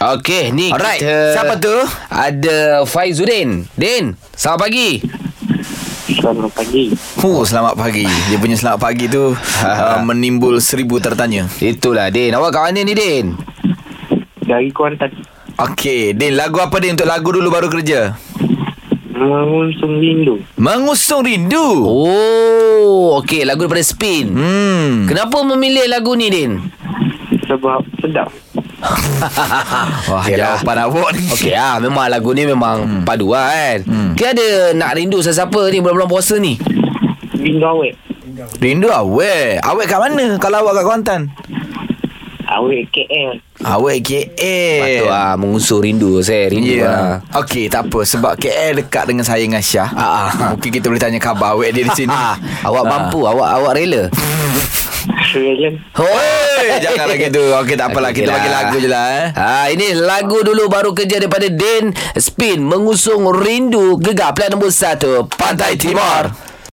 Okey, ni Alright, kita... siapa tu? Ada Faizuddin. Din, selamat pagi. Selamat pagi. Fuh, selamat pagi. Dia punya selamat pagi tu uh, menimbul seribu tertanya. Itulah, Din. Awak kat mana ni, Din? Dari Kuantan. Okey, Din, lagu apa Din untuk lagu dulu baru kerja? Mengusung rindu. Mengusung rindu. Oh, okey. Lagu daripada Spin. Hmm. Kenapa memilih lagu ni, Din? Sebab sedap. Wah, Yalah. jawapan awak ni. lah. Okey ah, memang lagu ni memang hmm. padu lah kan. Hmm. Kita ada nak rindu siapa-siapa ni bulan-bulan puasa ni. Rindu awet. Rindu awet. Awet kat mana kalau awak kat Kuantan? Awet KL. Awet KL. Patut ah mengusur rindu saya rindu ah. Ya. yeah. Yeah. Okey, tak apa sebab KL dekat dengan saya dengan Syah. ah. Mungkin kita boleh tanya khabar awet dia di sini. Ah, awak Ah. mampu, awak awak rela. Surrealian. Hoi, janganlah gitu. Okey, tak apalah. Okey Kita lah. bagi lagu je lah eh. Ha, ini lagu dulu baru kerja daripada Din Spin mengusung rindu gegar pilihan nombor 1 Pantai Timur.